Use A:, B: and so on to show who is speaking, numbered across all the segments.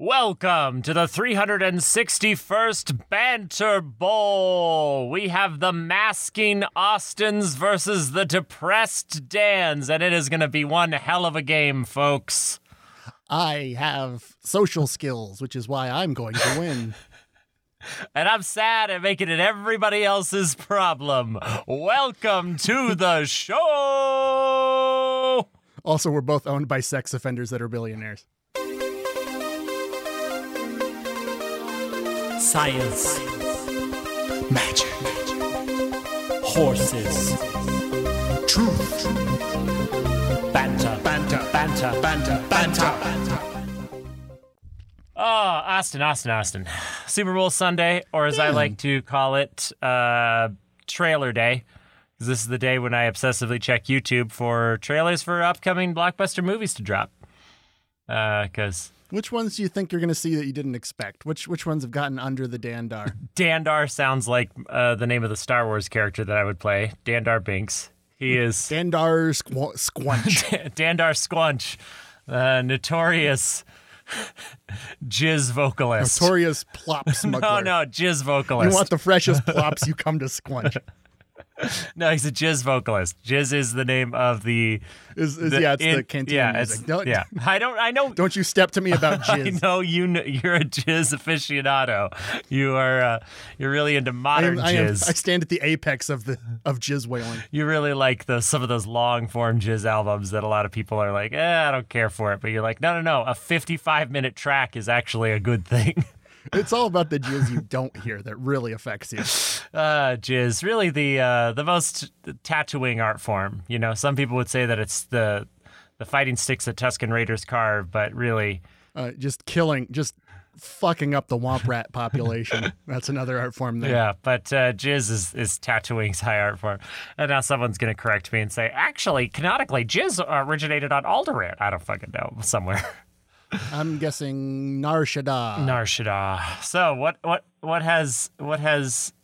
A: Welcome to the 361st Banter Bowl. We have the masking Austins versus the depressed Dans, and it is going to be one hell of a game, folks.
B: I have social skills, which is why I'm going to win.
A: And I'm sad at making it everybody else's problem. Welcome to the show.
B: also, we're both owned by sex offenders that are billionaires.
C: Science.
B: Magic.
C: Horses.
B: Truth.
C: Banter. Banter. Banter. Banter. Banter.
A: Oh, Austin, Austin, Austin. Super Bowl Sunday, or as
C: Hmm.
A: I like to call it, uh, trailer day. 'Cause This is the day when I obsessively check YouTube for trailers for upcoming blockbuster movies to drop. Uh, Because
B: Which ones do you think you're going to see that you didn't expect? Which which ones have gotten under the dandar?
A: Dandar sounds like uh, the name of the Star Wars character that I would play, Dandar Binks. He
B: Hmm.
A: is
B: Dandar squ- squunch.
A: Dandar Squunch, the notorious jizz vocalist.
B: Notorious plop smuggler.
A: no, no, jizz vocalist.
B: You want the freshest plops, you come to squunch.
A: No, he's a jizz vocalist. Jizz is the name of the.
B: Is, is, yeah, it's
A: in-
B: the canteen
A: yeah,
B: music.
A: it's-
B: Don't-
A: yeah. I don't. I know.
B: Don't you step to me about
A: I
B: jizz.
A: know you. Know, you're a jizz aficionado. You are. Uh, you're really into
B: I,
A: modern
B: am, I, am, I
A: jizz.
B: stand at the apex of the of jizz wailing.
A: you really like the some of those long form jizz albums that a lot of people are like, eh, I don't care for it. But you're like, no, no, no. A 55 minute track is actually a good thing.
B: It's all about the jizz you don't hear that really affects you.
A: Uh, jizz, really the uh, the most tattooing art form. You know, some people would say that it's the the fighting sticks that Tuscan Raiders carve, but really,
B: uh, just killing, just fucking up the womp rat population. That's another art form there.
A: yeah. But uh, jizz is is tattooing's high art form, and now someone's gonna correct me and say, actually, canonically, jizz originated on Alderaan. I don't fucking know somewhere.
B: I'm guessing Narshada.
A: Narshada. So what what what has what has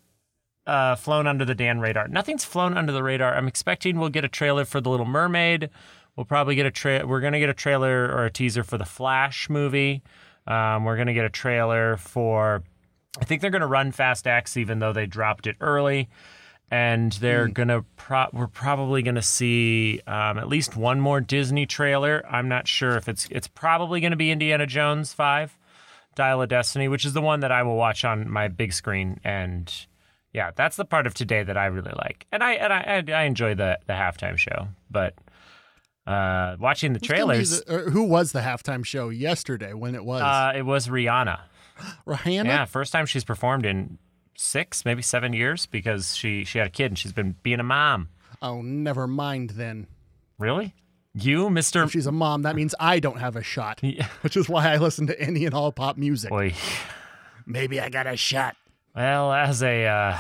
A: uh, flown under the Dan radar? Nothing's flown under the radar. I'm expecting we'll get a trailer for The Little Mermaid. We'll probably get a tra- we're gonna get a trailer or a teaser for the Flash movie. Um, we're gonna get a trailer for I think they're gonna run Fast X even though they dropped it early. And they're gonna pro- we're probably gonna see um, at least one more Disney trailer. I'm not sure if it's it's probably gonna be Indiana Jones five. Dial of Destiny, which is the one that I will watch on my big screen. And yeah, that's the part of today that I really like. And I and I and I enjoy the the halftime show, but uh, watching the trailers,
B: Or who was the halftime show yesterday when it was?
A: uh, it was Rihanna.
B: Rihanna?
A: Yeah, first time she's performed in six, maybe seven years because she she had a kid and she's been being a mom.
B: Oh, never mind then.
A: Really? You, Mister?
B: If she's a mom, that means I don't have a shot,
A: Yeah.
B: which is why I listen to any and all pop music.
A: Boy.
B: Maybe I got a shot.
A: Well, as a, uh,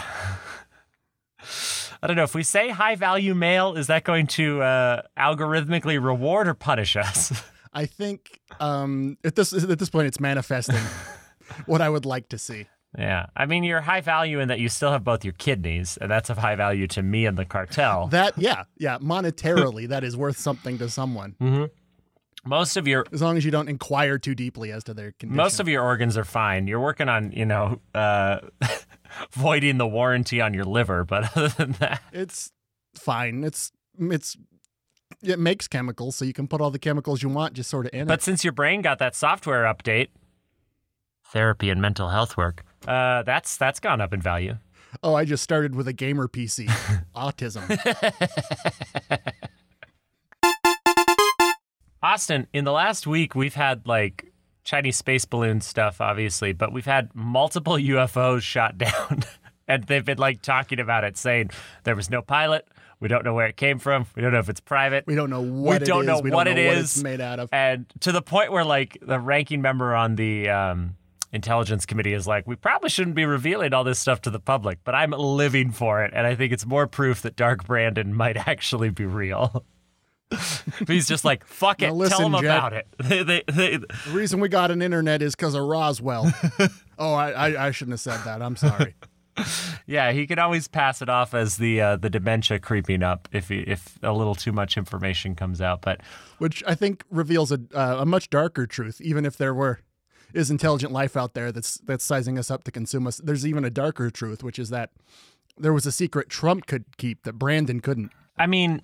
A: I don't know if we say high value male, is that going to uh, algorithmically reward or punish us?
B: I think um, at this at this point, it's manifesting what I would like to see.
A: yeah, I mean you're high value in that you still have both your kidneys, and that's of high value to me and the cartel.
B: That, yeah, yeah, monetarily, that is worth something to someone.
A: most of your
B: As long as you don't inquire too deeply as to their condition.
A: most of your organs are fine. You're working on you know uh, voiding the warranty on your liver, but other than that,
B: it's fine. It's it's it makes chemicals, so you can put all the chemicals you want just sort of in
A: But
B: it.
A: since your brain got that software update, therapy and mental health work, uh, that's that's gone up in value.
B: Oh, I just started with a gamer PC. Autism.
A: Austin, in the last week, we've had like Chinese space balloon stuff, obviously, but we've had multiple UFOs shot down. and they've been like talking about it, saying there was no pilot. We don't know where it came from. We don't know if it's private.
B: We don't know what it
A: don't
B: is.
A: know
B: we
A: what
B: don't know
A: it
B: what it's
A: is. Uh,
B: made out of.
A: And to the point where like the ranking member on the um, intelligence committee is like, we probably shouldn't be revealing all this stuff to the public, but I'm living for it, and I think it's more proof that Dark Brandon might actually be real. But He's just like, fuck it,
B: Now
A: tell
B: listen,
A: them
B: Jet.
A: about it. They- they- they-
B: The reason we got an internet is because of Roswell. oh, I, I I shouldn't have said that. I'm sorry.
A: yeah, he can always pass it off as the uh, the dementia creeping up if he, if a little too much information comes out. But
B: Which I think reveals a uh, a much darker truth, even if there were. is intelligent life out there that's that's sizing us up to consume us. There's even a darker truth, which is that there was a secret Trump could keep that Brandon couldn't.
A: I mean,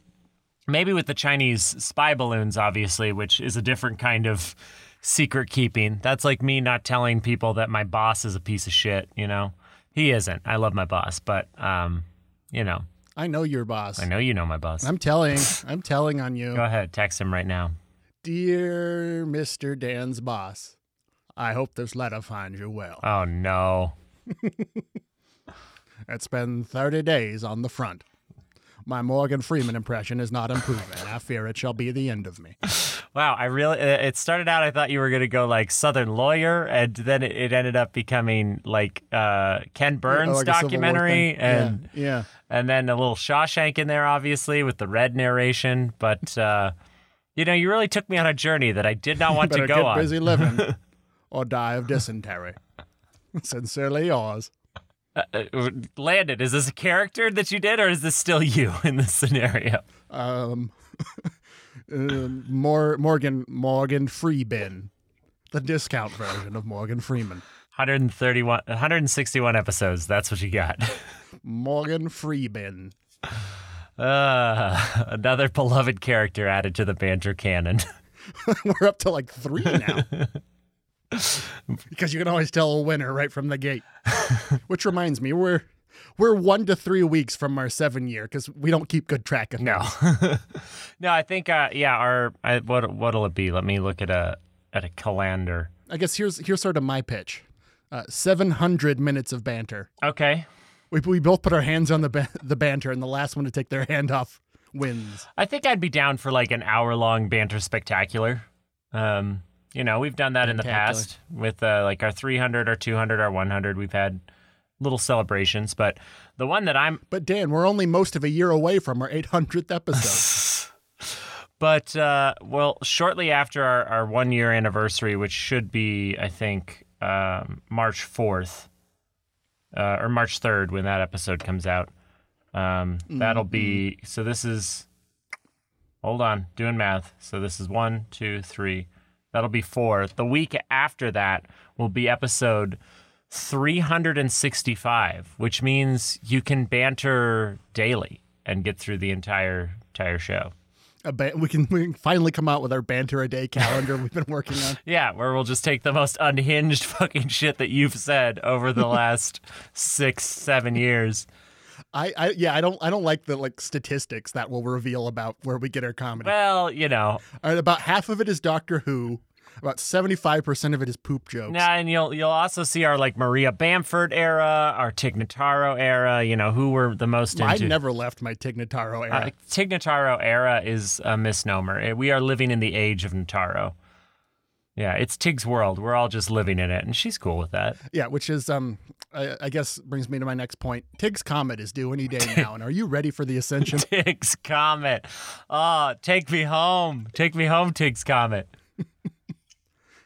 A: maybe with the Chinese spy balloons, obviously, which is a different kind of secret keeping. That's like me not telling people that my boss is a piece of shit, you know? He isn't. I love my boss, but, um, you know,
B: I know your boss.
A: I know you know my boss.
B: I'm telling. I'm telling on
A: Go
B: you,
A: ahead, text him right now.
B: dear Mister Dan's boss. I hope this letter finds you well.
A: Oh, no.
B: It's been 30 days on the front. My Morgan Freeman impression is not improving. I fear it shall be the end of me.
A: Wow, I really. uh, It started out. I thought you were gonna go like Southern lawyer, and then it, it ended up becoming like uh, Ken Burns
B: Oh, like a Civil War
A: documentary,
B: thing.
A: and
B: yeah, yeah.
A: and then a little Shawshank in there, obviously with the red narration. But uh, you know, you really took me on a journey that I did not want
B: better
A: to go
B: get
A: on.
B: busy living or die of dysentery. Sincerely yours.
A: Uh, uh, Landon, is this a character that you did, or is this still you in this scenario?
B: Um, uh, Mor- Morgan Morgan Freebin, the discount version of Morgan Freeman.
A: 131, 161 episodes. That's what you got.
B: Morgan Freebin.
A: Uh, another beloved character added to the banter canon.
B: We're up to like three now. because you can always tell a winner right from the gate. Which reminds me, we're we're one to three weeks from our seven year because we don't keep good track of
A: No, no. I think uh, yeah. Our I, what what'll it be? Let me look at a at a calendar.
B: I guess here's here's sort of my pitch. Uh, 700 minutes of banter.
A: Okay.
B: We, we both put our hands on the ba- the banter, and the last one to take their hand off wins.
A: I think I'd be down for like an hour long banter spectacular. Um, you know, we've done that in the
B: Spectacular.
A: past with uh, like our 300, our 200, our 100. We've had little celebrations, but the one that I'm
B: But Dan, we're only most of a year away from our 800th episode.
A: But uh, well, shortly after our, our one year anniversary, which should be, I think, um, March 4th uh, or March 3rd when that episode comes out, um, that'll be. So this is. Hold on, doing math. So this is one, two, three. That'll be four. The week after that will be episode 365, which means you can banter daily and get through the entire entire show.
B: a ba- we can we can finally come out with our banter a day calendar we've been working on.
A: Yeah, where we'll just take the most unhinged fucking shit that you've said over the last six, seven years.
B: I, I yeah, I don't I don't like the like statistics that will reveal about where we get our comedy.
A: Well, you know,
B: All right, about half of it is Doctor Who. About 75% of it is poop jokes.
A: nah, and you'll you'll also see our like Maria Bamford era, our Tignataro era. You know who were the most
B: I
A: into.
B: never left my Tignataro era.
A: Uh, Tignataro era is a misnomer. Eh, We are living in the age of Notaro. Yeah, it's Tig's world. We're all just living in it, and she's cool with that.
B: Yeah, which is um, I, I guess brings me to my next point. Tig's comet is due any day now, and are you ready for the ascension?
A: Tig's Comet. Oh, take me home. Take me home, Tig's Comet.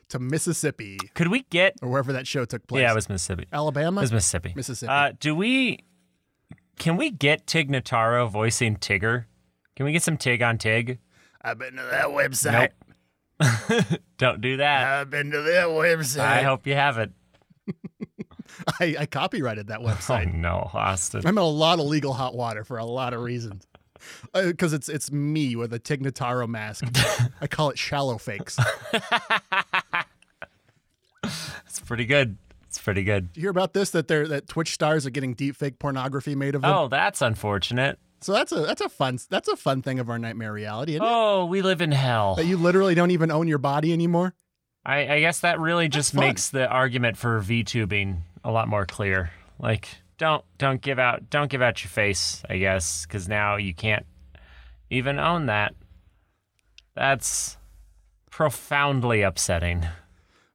B: to Mississippi
A: Could we get
B: or wherever that show took place?
A: Yeah, it was Mississippi.
B: Alabama.
A: It was Mississippi.
B: Mississippi.
A: Uh, do we? Can we get Tig Notaro voicing Tigger? Can we get some Tig on Tig?
B: I've been to that website.
A: Don't do that.
B: I've been to that website.
A: I hope you haven't.
B: I, I copyrighted that
A: Oh
B: website.
A: no, Austin.
B: I'm in a lot of legal hot water for a lot of reasons. Because it's it's me with a Tignataro mask. I call it shallow fakes.
A: It's pretty good. It's pretty good.
B: You hear about this? That they're that Twitch stars are getting deep fake pornography made of them.
A: Oh, that's unfortunate.
B: So that's a that's a fun that's a fun thing of our nightmare reality. Isn't it?
A: Oh, we live in hell.
B: that you literally don't even own your body anymore.
A: I, I guess that really just
B: fun.
A: makes the argument for VTubing a lot more clear. Like, don't don't give out don't give out your face. I guess because now you can't even own that. That's profoundly upsetting.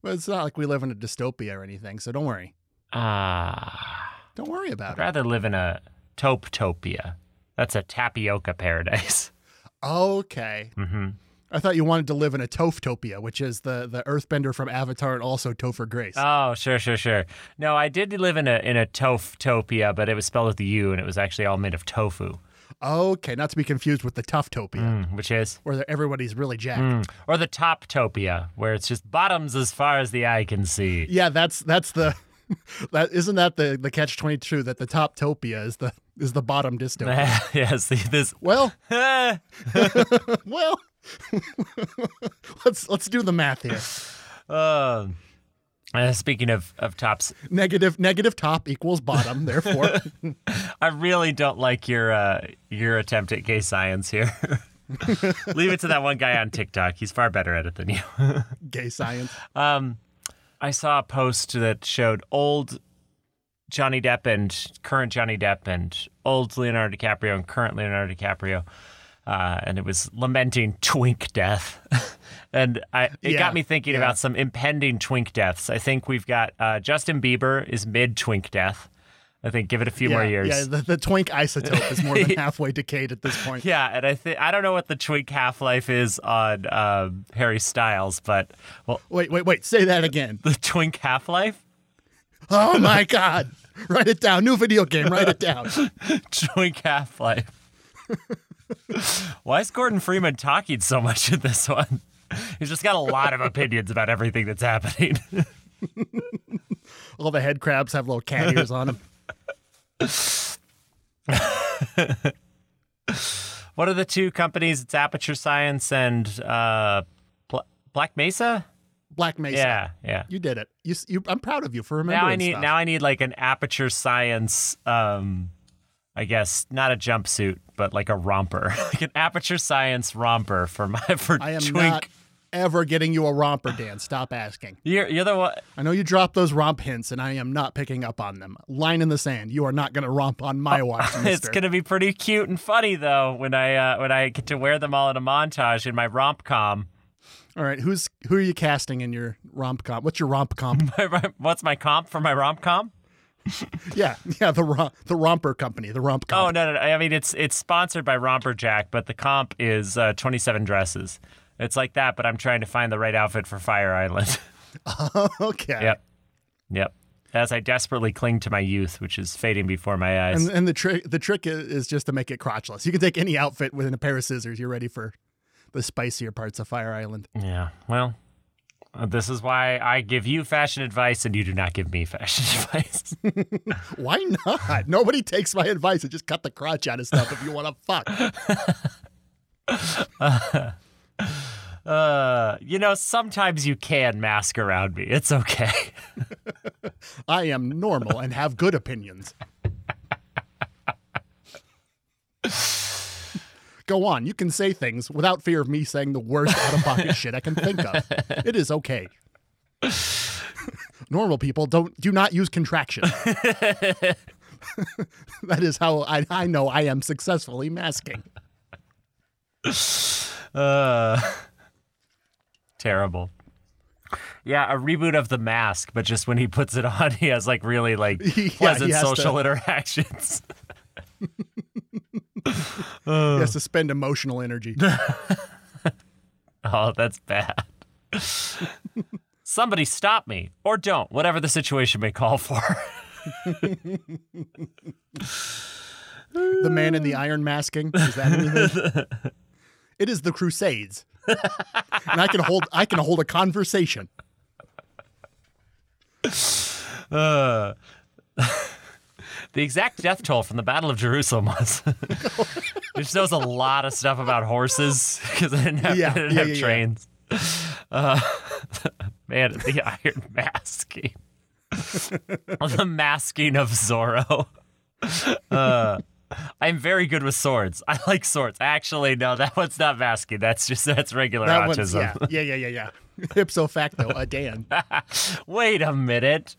B: But it's not like we live in a dystopia or anything, so don't worry.
A: Ah,
B: Don't worry about
A: I'd
B: it.
A: rather live in a toptopia. That's a tapioca paradise.
B: Okay.
A: hmm
B: I thought you wanted to live in a Tophtopia, which is the, the earthbender from Avatar and also Topher Grace.
A: Oh, sure, sure, sure. No, I did live in a in a toftopia, but it was spelled with a U, and it was actually all made of tofu.
B: Okay, not to be confused with the Tufftopia,
A: Mm, which is
B: where everybody's really jacked.
A: mm, or the Toptopia, where it's just bottoms as far as the eye can see.
B: Yeah, that's that's the that isn't that the the catch twenty two that the Toptopia is the is the bottom dystopia.
A: yes, see this.
B: well,
A: Eh.
B: well, let's let's do the math here.
A: Um, uh, speaking of of tops,
B: Negative negative top equals bottom. Therefore,
A: I really don't like your uh, your attempt at gay science here. Leave it to that one guy on TikTok. He's far better at it than you.
B: gay science.
A: Um, I saw a post that showed old Johnny Depp and current Johnny Depp and old Leonardo DiCaprio and current Leonardo DiCaprio, uh, and it was lamenting twink death, and I it
B: Yeah,
A: got me thinking about some impending twink deaths. I think we've got uh, Justin Bieber is mid twink death. I think give it a few more
B: yeah,
A: years.
B: yeah, the, the twink isotope is more than halfway decayed at this point.
A: Yeah, and I think I don't know what the twink half life is on um, Harry Styles, but well,
B: Wait, wait, wait. Say that again.
A: the twink half life,
B: Oh my god. Write it down. New video game. Write it down.
A: twink half life. Why is Gordon Freeman talking so much in this one? He's just got a lot of opinions about everything that's happening.
B: All the head crabs have little cat ears on them.
A: what are the two companies? It's Aperture Science and uh, Pla Black Mesa.
B: Black Mesa.
A: Yeah, yeah.
B: You did it. You, s- you, I'm proud of you for remembering
A: now I need
B: stuff.
A: now I need like an aperture science um I guess not a jumpsuit but like a romper like an aperture science romper for my for
B: I am
A: twink
B: not ever getting you a romper, Dan. Stop asking.
A: you're you're the one
B: I know you dropped those romp hints, and I am not picking up on them. Line in the sand. You are not going to romp on my watch, mister.
A: Oh, it's gonna be pretty cute and funny though when I uh, when I get to wear them all in a montage in my romp com
B: All right, who's who are you casting in your romp comp? What's your romp comp?
A: what's my comp for my romp com
B: yeah, yeah, the romp, the romper company, the romp
A: oh
B: comp.
A: no, no no I mean it's it's sponsored by Romper Jack but the comp is uh, twenty seven dresses it's like that but I'm trying to find the right outfit for Fire Island.
B: okay.
A: Yep. Yep. As I desperately cling to my youth, which is fading before my eyes.
B: And, and the trick the trick i- is just to make it crotchless. You can take any outfit within a pair of scissors. You're ready for the spicier parts of Fire Island.
A: yeah. Well, uh, this is why I give you fashion advice and you do not give me fashion advice.
B: Why not? Nobody takes my advice and just cut the crotch out of stuff if you want to fuck.
A: uh, you know, sometimes you can mask around me. It's okay.
B: I am normal and have good opinions. Go on. You can say things without fear of me saying the worst out of pocket shit I can think of. It is okay. Normal people don't do not use contraction. that is how I, I know I am successfully masking.
A: Uh, terrible. Yeah, a reboot of The Mask, but just when he puts it on, he has like really like
B: he
A: pleasant
B: has to-
A: social interactions.
B: He has to spend emotional energy.
A: Oh, that's bad. Somebody stop me or don't, whatever the situation may call for.
B: The man in the iron masking. Is that anything? it is the Crusades. and I can hold I can hold a conversation.
A: Uh, the exact death toll from the Battle of Jerusalem was. which knows a lot of stuff about horses because they didn't have,
B: Yeah,
A: they didn't
B: yeah,
A: have
B: yeah, yeah.
A: trains. Uh, man, the iron masking. the masking of Zorro. Uh, I'm very good with swords. I like swords. Actually, no, that one's not masking. That's just that's regular
B: That one's
A: autism.
B: yeah, yeah, yeah, yeah, yeah. Ipso facto, a Dan.
A: Wait a minute.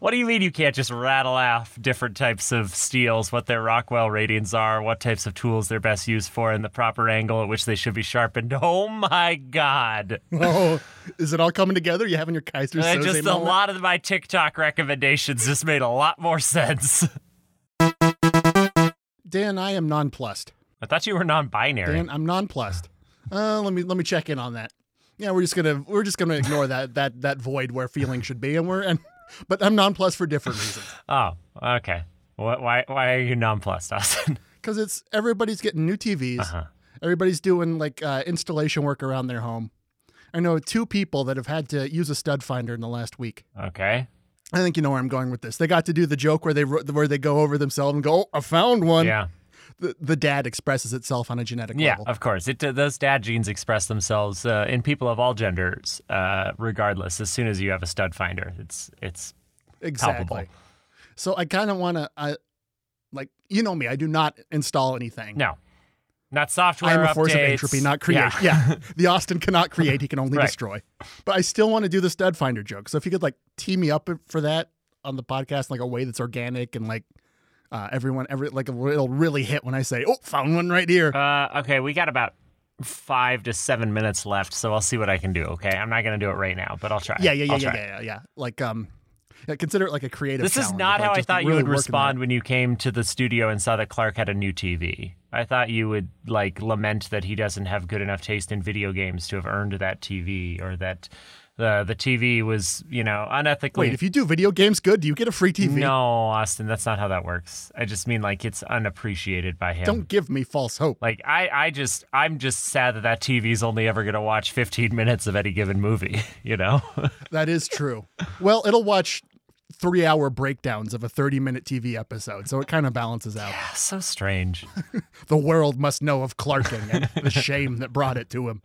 A: What do you mean you can't just rattle off different types of steels, what their Rockwell ratings are, what types of tools they're best used for, and the proper angle at which they should be sharpened? Oh my God.
B: Oh, is it all coming together? You having your Kaiser
A: Uh,
B: Soze
A: just a
B: moment?
A: lot of my TikTok recommendations just made a lot more sense.
B: Dan, I am nonplussed.
A: I thought you were non binary.
B: Dan, I'm nonplussed. Uh, let me let me check in on that. Yeah, we're just gonna we're just gonna ignore that that that void where feeling should be, and we're and but I'm nonplussed for different reasons.
A: Oh, okay. Wh- Why, why are you nonplussed, Austin?
B: because it's everybody's getting new TVs.
A: Uh-huh.
B: Everybody's doing like uh, installation work around their home. I know two people that have had to use a stud finder in the last week.
A: Okay.
B: I think you know where I'm going with this. They got to do the joke where they ro- where they go over themselves and go, oh, "I found one."
A: Yeah.
B: The, the dad expresses itself on a genetic
A: Yeah, uh,
B: level.
A: of course. It, those dad genes express themselves uh, in people of all genders, uh, regardless. As soon as you have a stud finder, it's it's
B: exactly.
A: palpable.
B: So I kind of want to, I like you know me. I do not install anything.
A: No, not software.
B: I'm a force of
A: updates.
B: entropy, not
A: Yeah.
B: creation. Yeah. the Austin cannot create; he can only
A: Right.
B: destroy. But I still want to do the stud finder joke. So if you could like tee me up for that on the podcast, in, like a way that's organic and like uh, everyone, every like it'll really hit when I say, "Oh, found one right here."
A: Uh, okay, we got about five to seven minutes left, so I'll see what I can do. Okay, I'm not gonna do it right now, but I'll try.
B: yeah, yeah, yeah,
A: I'll
B: yeah,
A: try.
B: yeah, yeah, yeah. Like um, yeah, consider it like a creative.
A: This is
B: challenge,
A: not
B: like,
A: how I
B: just
A: thought you
B: really
A: would
B: working
A: respond when you came to the studio and saw that Clark had a new TV. I thought you would like lament that he doesn't have good enough taste in video games to have earned that TV, or that the the TV was you know unethically.
B: Wait, if you do video games good, do you get a free TV?
A: no, Austin, that's not how that works. I just mean like it's unappreciated by him.
B: Don't give me false hope.
A: Like I, I just, I'm just sad that that TV's only ever gonna watch 15 minutes of any given movie. You know?
B: That is true. well, it'll watch three hour breakdowns of a 30 minute TV episode, so it kind of balances out.
A: so strange.
B: The world must know of Clarking and the shame that brought it to him.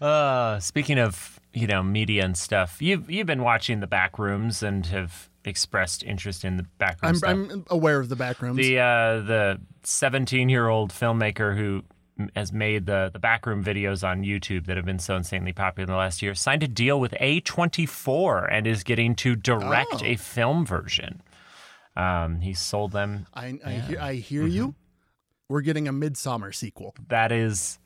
A: Uh, speaking of you know media and stuff, you've you've been watching the back rooms and have expressed interest in the back room
B: I'm,
A: stuff.
B: I'm aware of the back rooms.
A: the uh, the 17 year old filmmaker who m- has made the the backroom videos on YouTube that have been so insanely popular in the last year signed a deal with A24 and is getting to direct
B: Oh.
A: a film version. Um, he sold them.
B: I, I hear, I hear you. We're getting a Midsummer sequel.
A: That is.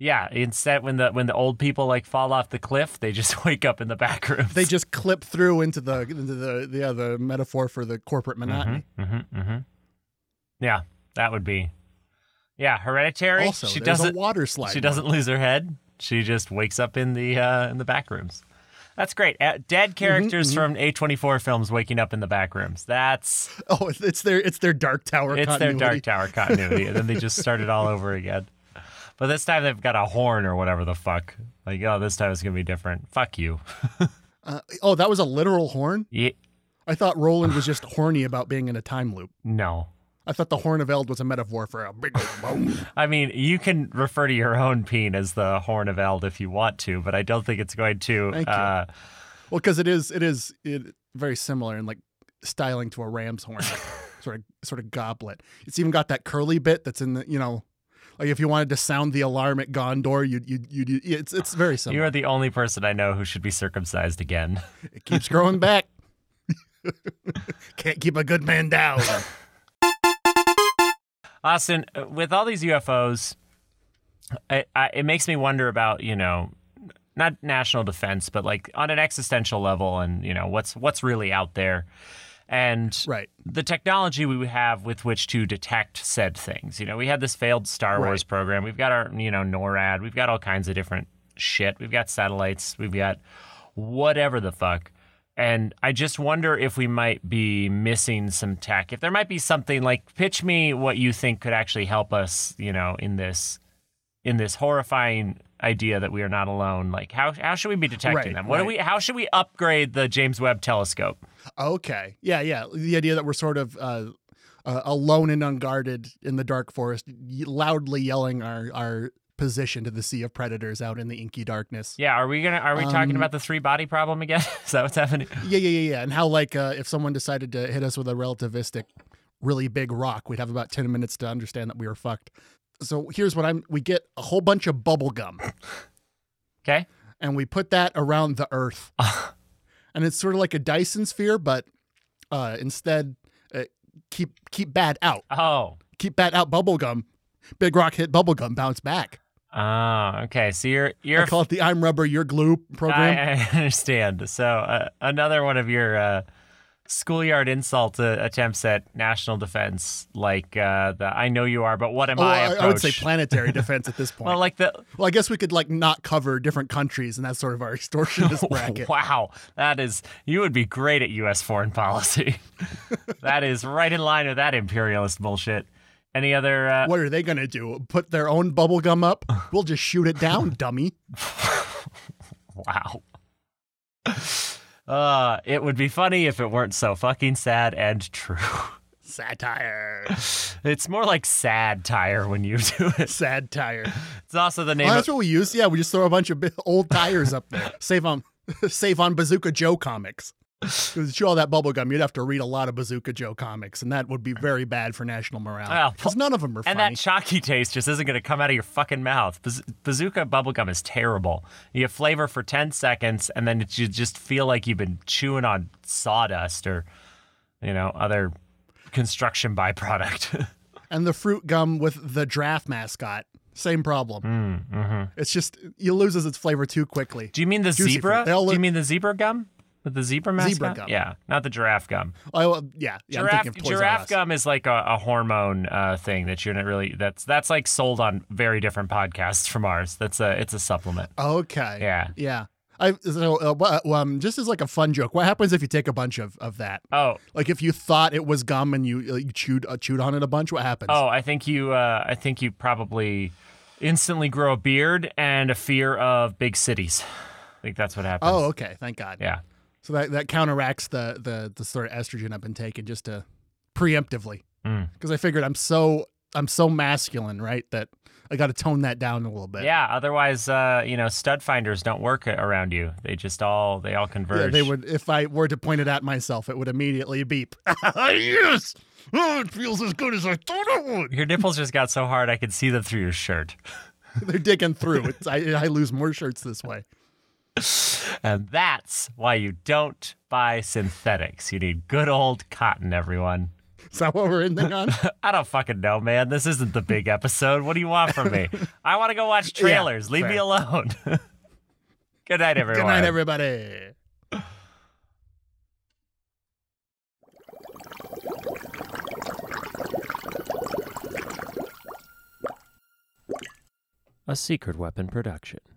A: Yeah, instead when the when the old people like fall off the cliff, they just wake up in the back room.
B: They just clip through into the into the the, yeah, the metaphor for the corporate monotony.
A: Mm-hmm, mm-hmm. Yeah, that would be. Yeah, hereditary.
B: Also,
A: she
B: there's a
A: doesn't.
B: water slide.
A: She doesn't lose her head. She just wakes up in the uh, in the back rooms. That's great. Uh,
B: Mm-hmm,
A: dead characters from A24 films waking up in the back rooms. That's
B: Oh, it's their it's their Dark Tower.
A: it's
B: continuity.
A: their Dark Tower continuity, and then they just start it all over again. But this time they've got a horn or whatever the fuck. Like, oh, this time it's gonna be different. Fuck you.
B: Uh, oh, that was a literal horn.
A: Ye-
B: I thought Roland was just horny about being in a time loop.
A: no.
B: I thought the horn of Eld was a metaphor for a big old bone.
A: I mean, you can refer to your own peen as the horn of Eld if you want to, but I don't think it's going to.
B: Thank you.
A: uh,
B: well, because it is it is it, very similar in like styling to a ram's horn, sort of sort of goblet. It's even got that curly bit that's in the you know, like if you wanted to sound the alarm at Gondor, you you you it's it's very
A: You
B: similar.
A: are the only person I know who should be circumcised again.
B: It keeps growing back. Can't keep a good man down.
A: Austin, uh, with all these UFOs, I, I, it makes me wonder about you know, not national defense, but like on an existential level, and you know what's what's really out there, and
B: right.
A: the technology we have with which to detect said things. You know, we had this failed Star Wars program. We've got our, you know, NORAD. We've got all kinds of different shit. We've got satellites. We've got whatever the fuck. And I just wonder if we might be missing some tech. If there might be something like pitch me what you think could actually help us, you know, in this in this horrifying idea that we are not alone. Like how how should we be detecting
B: Right,
A: them? What do we
B: right.
A: how should we upgrade the James Webb telescope?
B: Okay. Yeah, yeah. The idea that we're sort of uh, uh, alone and unguarded in the dark forest, y- loudly yelling our our position to the sea of predators out in the inky darkness.
A: Yeah, are we gonna are we talking
B: Um,
A: about the three body problem again? Is that what's happening?
B: Yeah, yeah, yeah, yeah. And how like uh, if someone decided to hit us with a relativistic, really big rock, we'd have about ten minutes to understand that we were fucked. So here's what I'm: we get a whole bunch of bubble gum,
A: Okay.
B: and we put that around the Earth, and it's sort of like a Dyson sphere, but uh, instead uh, keep keep bad out.
A: Oh.
B: keep bat out bubblegum. Big Rock hit bubblegum, bounce back.
A: Oh, okay. So you're you're
B: I call it the I'm rubber, you're glue program.
A: I, I understand. So uh, another one of your uh, schoolyard insult uh, attempts at national defense, like uh, the "I know you are, but what am
B: Oh,
A: I?"
B: I,
A: approach.
B: I would say planetary defense at this point.
A: Well,
B: Well,
A: like the
B: I guess we could like not cover different countries, and that's sort of our extortionist bracket.
A: wow, that is you would be great at U.S. foreign policy. that is right in line with that imperialist bullshit. Any other? Uh,
B: What are they gonna do? Put their own bubble gum up? We'll just shoot it down, dummy.
A: wow. Uh, it would be funny if it weren't so fucking sad and true.
B: Satire.
A: It's more like sad tire when you do it.
B: Sad tire.
A: It's also the name
B: Oh,
A: of
B: that's what we use. Yeah, we just throw a bunch of bi- old tires up there. Save on, save on Bazooka Joe comics. 'Cause To chew all that bubble gum, you'd have to read a lot of Bazooka Joe comics, and that would be very bad for national morale.
A: Well,
B: Because none of them are
A: And
B: funny.
A: that chalky taste just isn't going to come out of your fucking mouth. Baz- bazooka bubblegum is terrible. You have flavor for 10 seconds, and then it, you just feel like you've been chewing on sawdust or, you know, other construction byproduct.
B: and the fruit gum with the giraffe mascot, same problem.
A: Hmm, mm-hmm.
B: It's just it loses its flavor too quickly.
A: Do you mean the
B: Juicy
A: zebra?
B: fruit. They all
A: Do you
B: look-
A: mean the zebra gum? With the zebra mascot?
B: Zebra gum.
A: Yeah, not the giraffe gum.
B: Oh well, yeah, yeah. I'm
A: giraffe
B: thinking of Toys R
A: giraffe
B: Us.
A: gum is like a, a hormone uh, thing that you're not really. That's that's like sold on very different podcasts from ours. That's a it's a supplement.
B: Okay.
A: Yeah.
B: Yeah. I so uh, wha- um, just as like a fun joke, what happens if you take a bunch of of that?
A: Oh,
B: Like if you thought it was gum and you, uh, you chewed uh, chewed on it a bunch, what happens?
A: Oh, I think you. Uh, I think you probably instantly grow a beard and a fear of big cities. I think that's what happens.
B: Oh, okay. Thank God.
A: yeah.
B: So that, that counteracts the, the the sort of estrogen I've been taking just to preemptively
A: Mm.
B: because I figured I'm so I'm so masculine, right? That I got to tone that down a little bit.
A: Yeah. Otherwise, uh, you know, stud finders don't work a- around you. They just all they all
B: Yeah,
A: converge.
B: they would. If I were to point it at myself, it would immediately beep. yes. Oh, it feels as good as I thought it would.
A: Your nipples just got so hard I could see them through your shirt.
B: They're digging through. It's, I, I lose more shirts this way.
A: And that's why you don't buy synthetics. You need good old cotton, everyone.
B: Is that what we're ending on?
A: I don't fucking know, man. This isn't the big episode. What do you want from me? I want to go watch
B: Yeah,
A: trailers. Leave me
B: fair.
A: alone. Good night, everyone.
B: Good night, everybody.
A: A Secret Weapon production.